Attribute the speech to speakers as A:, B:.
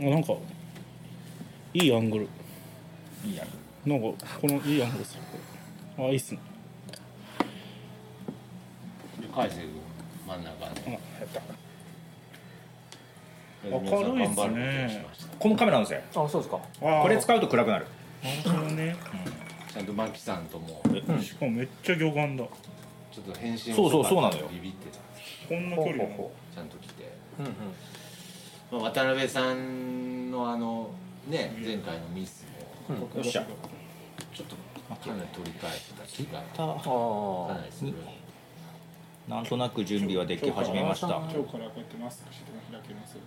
A: あなんかいいアングル
B: いいやん
A: なんかこのいいアングルですよこれあいいっすね
B: で返せる真ん中
A: あ
B: ね
A: やった
B: 明
A: 明るいっすね
C: このカメラなんですよ
D: あそうですか
A: あ
C: これ
A: う
C: 使うと暗くなる
A: なるほどね、
B: ちゃんとマキさんとも
A: えしかもめっちゃ魚眼だこ
B: ちょっと返信
C: そうそうそうなのよ
B: ビビってた
A: んな距離なの
B: ちゃんと来て、
D: うんうん
B: まあ、渡辺さんのあのね前回のミスも
D: うん
C: よっしゃ
B: ちょっとかなり取り返した気がか
D: あ
B: なりする
C: なんとなく準備はでき始めました
E: 今日からこうやってマスクして開けますよ